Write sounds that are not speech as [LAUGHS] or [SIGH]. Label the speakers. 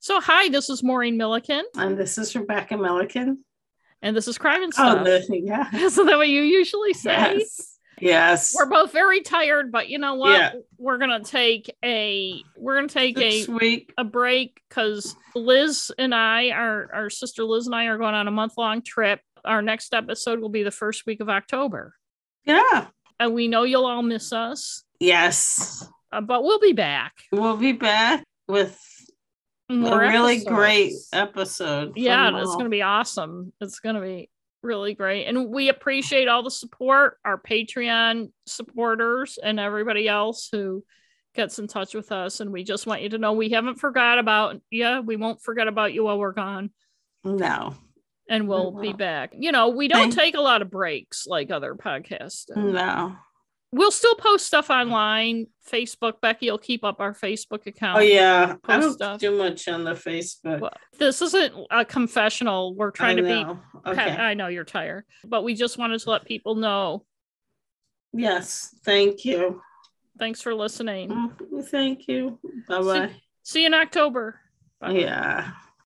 Speaker 1: So, hi, this is Maureen Milliken,
Speaker 2: And this is Rebecca Milliken.
Speaker 1: and this is Crime and
Speaker 2: Oh,
Speaker 1: Stuff. [LAUGHS]
Speaker 2: the, yeah.
Speaker 1: Isn't that what you usually say?
Speaker 2: Yes. Yes.
Speaker 1: We're both very tired, but you know what?
Speaker 2: Yeah.
Speaker 1: We're gonna take a we're gonna take
Speaker 2: This
Speaker 1: a
Speaker 2: week.
Speaker 1: a break because Liz and I, our our sister Liz and I, are going on a month long trip. Our next episode will be the first week of October,
Speaker 2: Yeah.
Speaker 1: and we know you'll all miss us,
Speaker 2: Yes.
Speaker 1: uh, but we'll be back.
Speaker 2: We'll be back with
Speaker 1: More
Speaker 2: a really
Speaker 1: episodes.
Speaker 2: great episode. from
Speaker 1: yeah it's
Speaker 2: Mel.
Speaker 1: going to be awesome it's going to be really great and we appreciate all the support our patreon supporters and everybody else who gets in touch with us and we just want you to know we haven't forgot about yeah we won't forget about you while we're gone
Speaker 2: No.
Speaker 1: and we'll be
Speaker 2: will.
Speaker 1: back you know we don't
Speaker 2: Thank- Mm.
Speaker 1: take a lot of breaks like other podcasts do.
Speaker 2: No.
Speaker 1: Um, we'll still post stuff online facebook becky will keep up our facebook account
Speaker 2: Oh yeah.
Speaker 1: post
Speaker 2: I don't
Speaker 1: stuff.
Speaker 2: do much on the Facebook.
Speaker 1: Well, this isn't a confessional we're trying
Speaker 2: I
Speaker 1: to be
Speaker 2: know.
Speaker 1: Pat,
Speaker 2: Okay.
Speaker 1: I know you're tired, but we just wanted to let people know.
Speaker 2: Yes. Thank you.
Speaker 1: Thanks for listening.
Speaker 2: Mm, Thank you. Bye bye.
Speaker 1: See you in October. Bye.
Speaker 2: Yeah.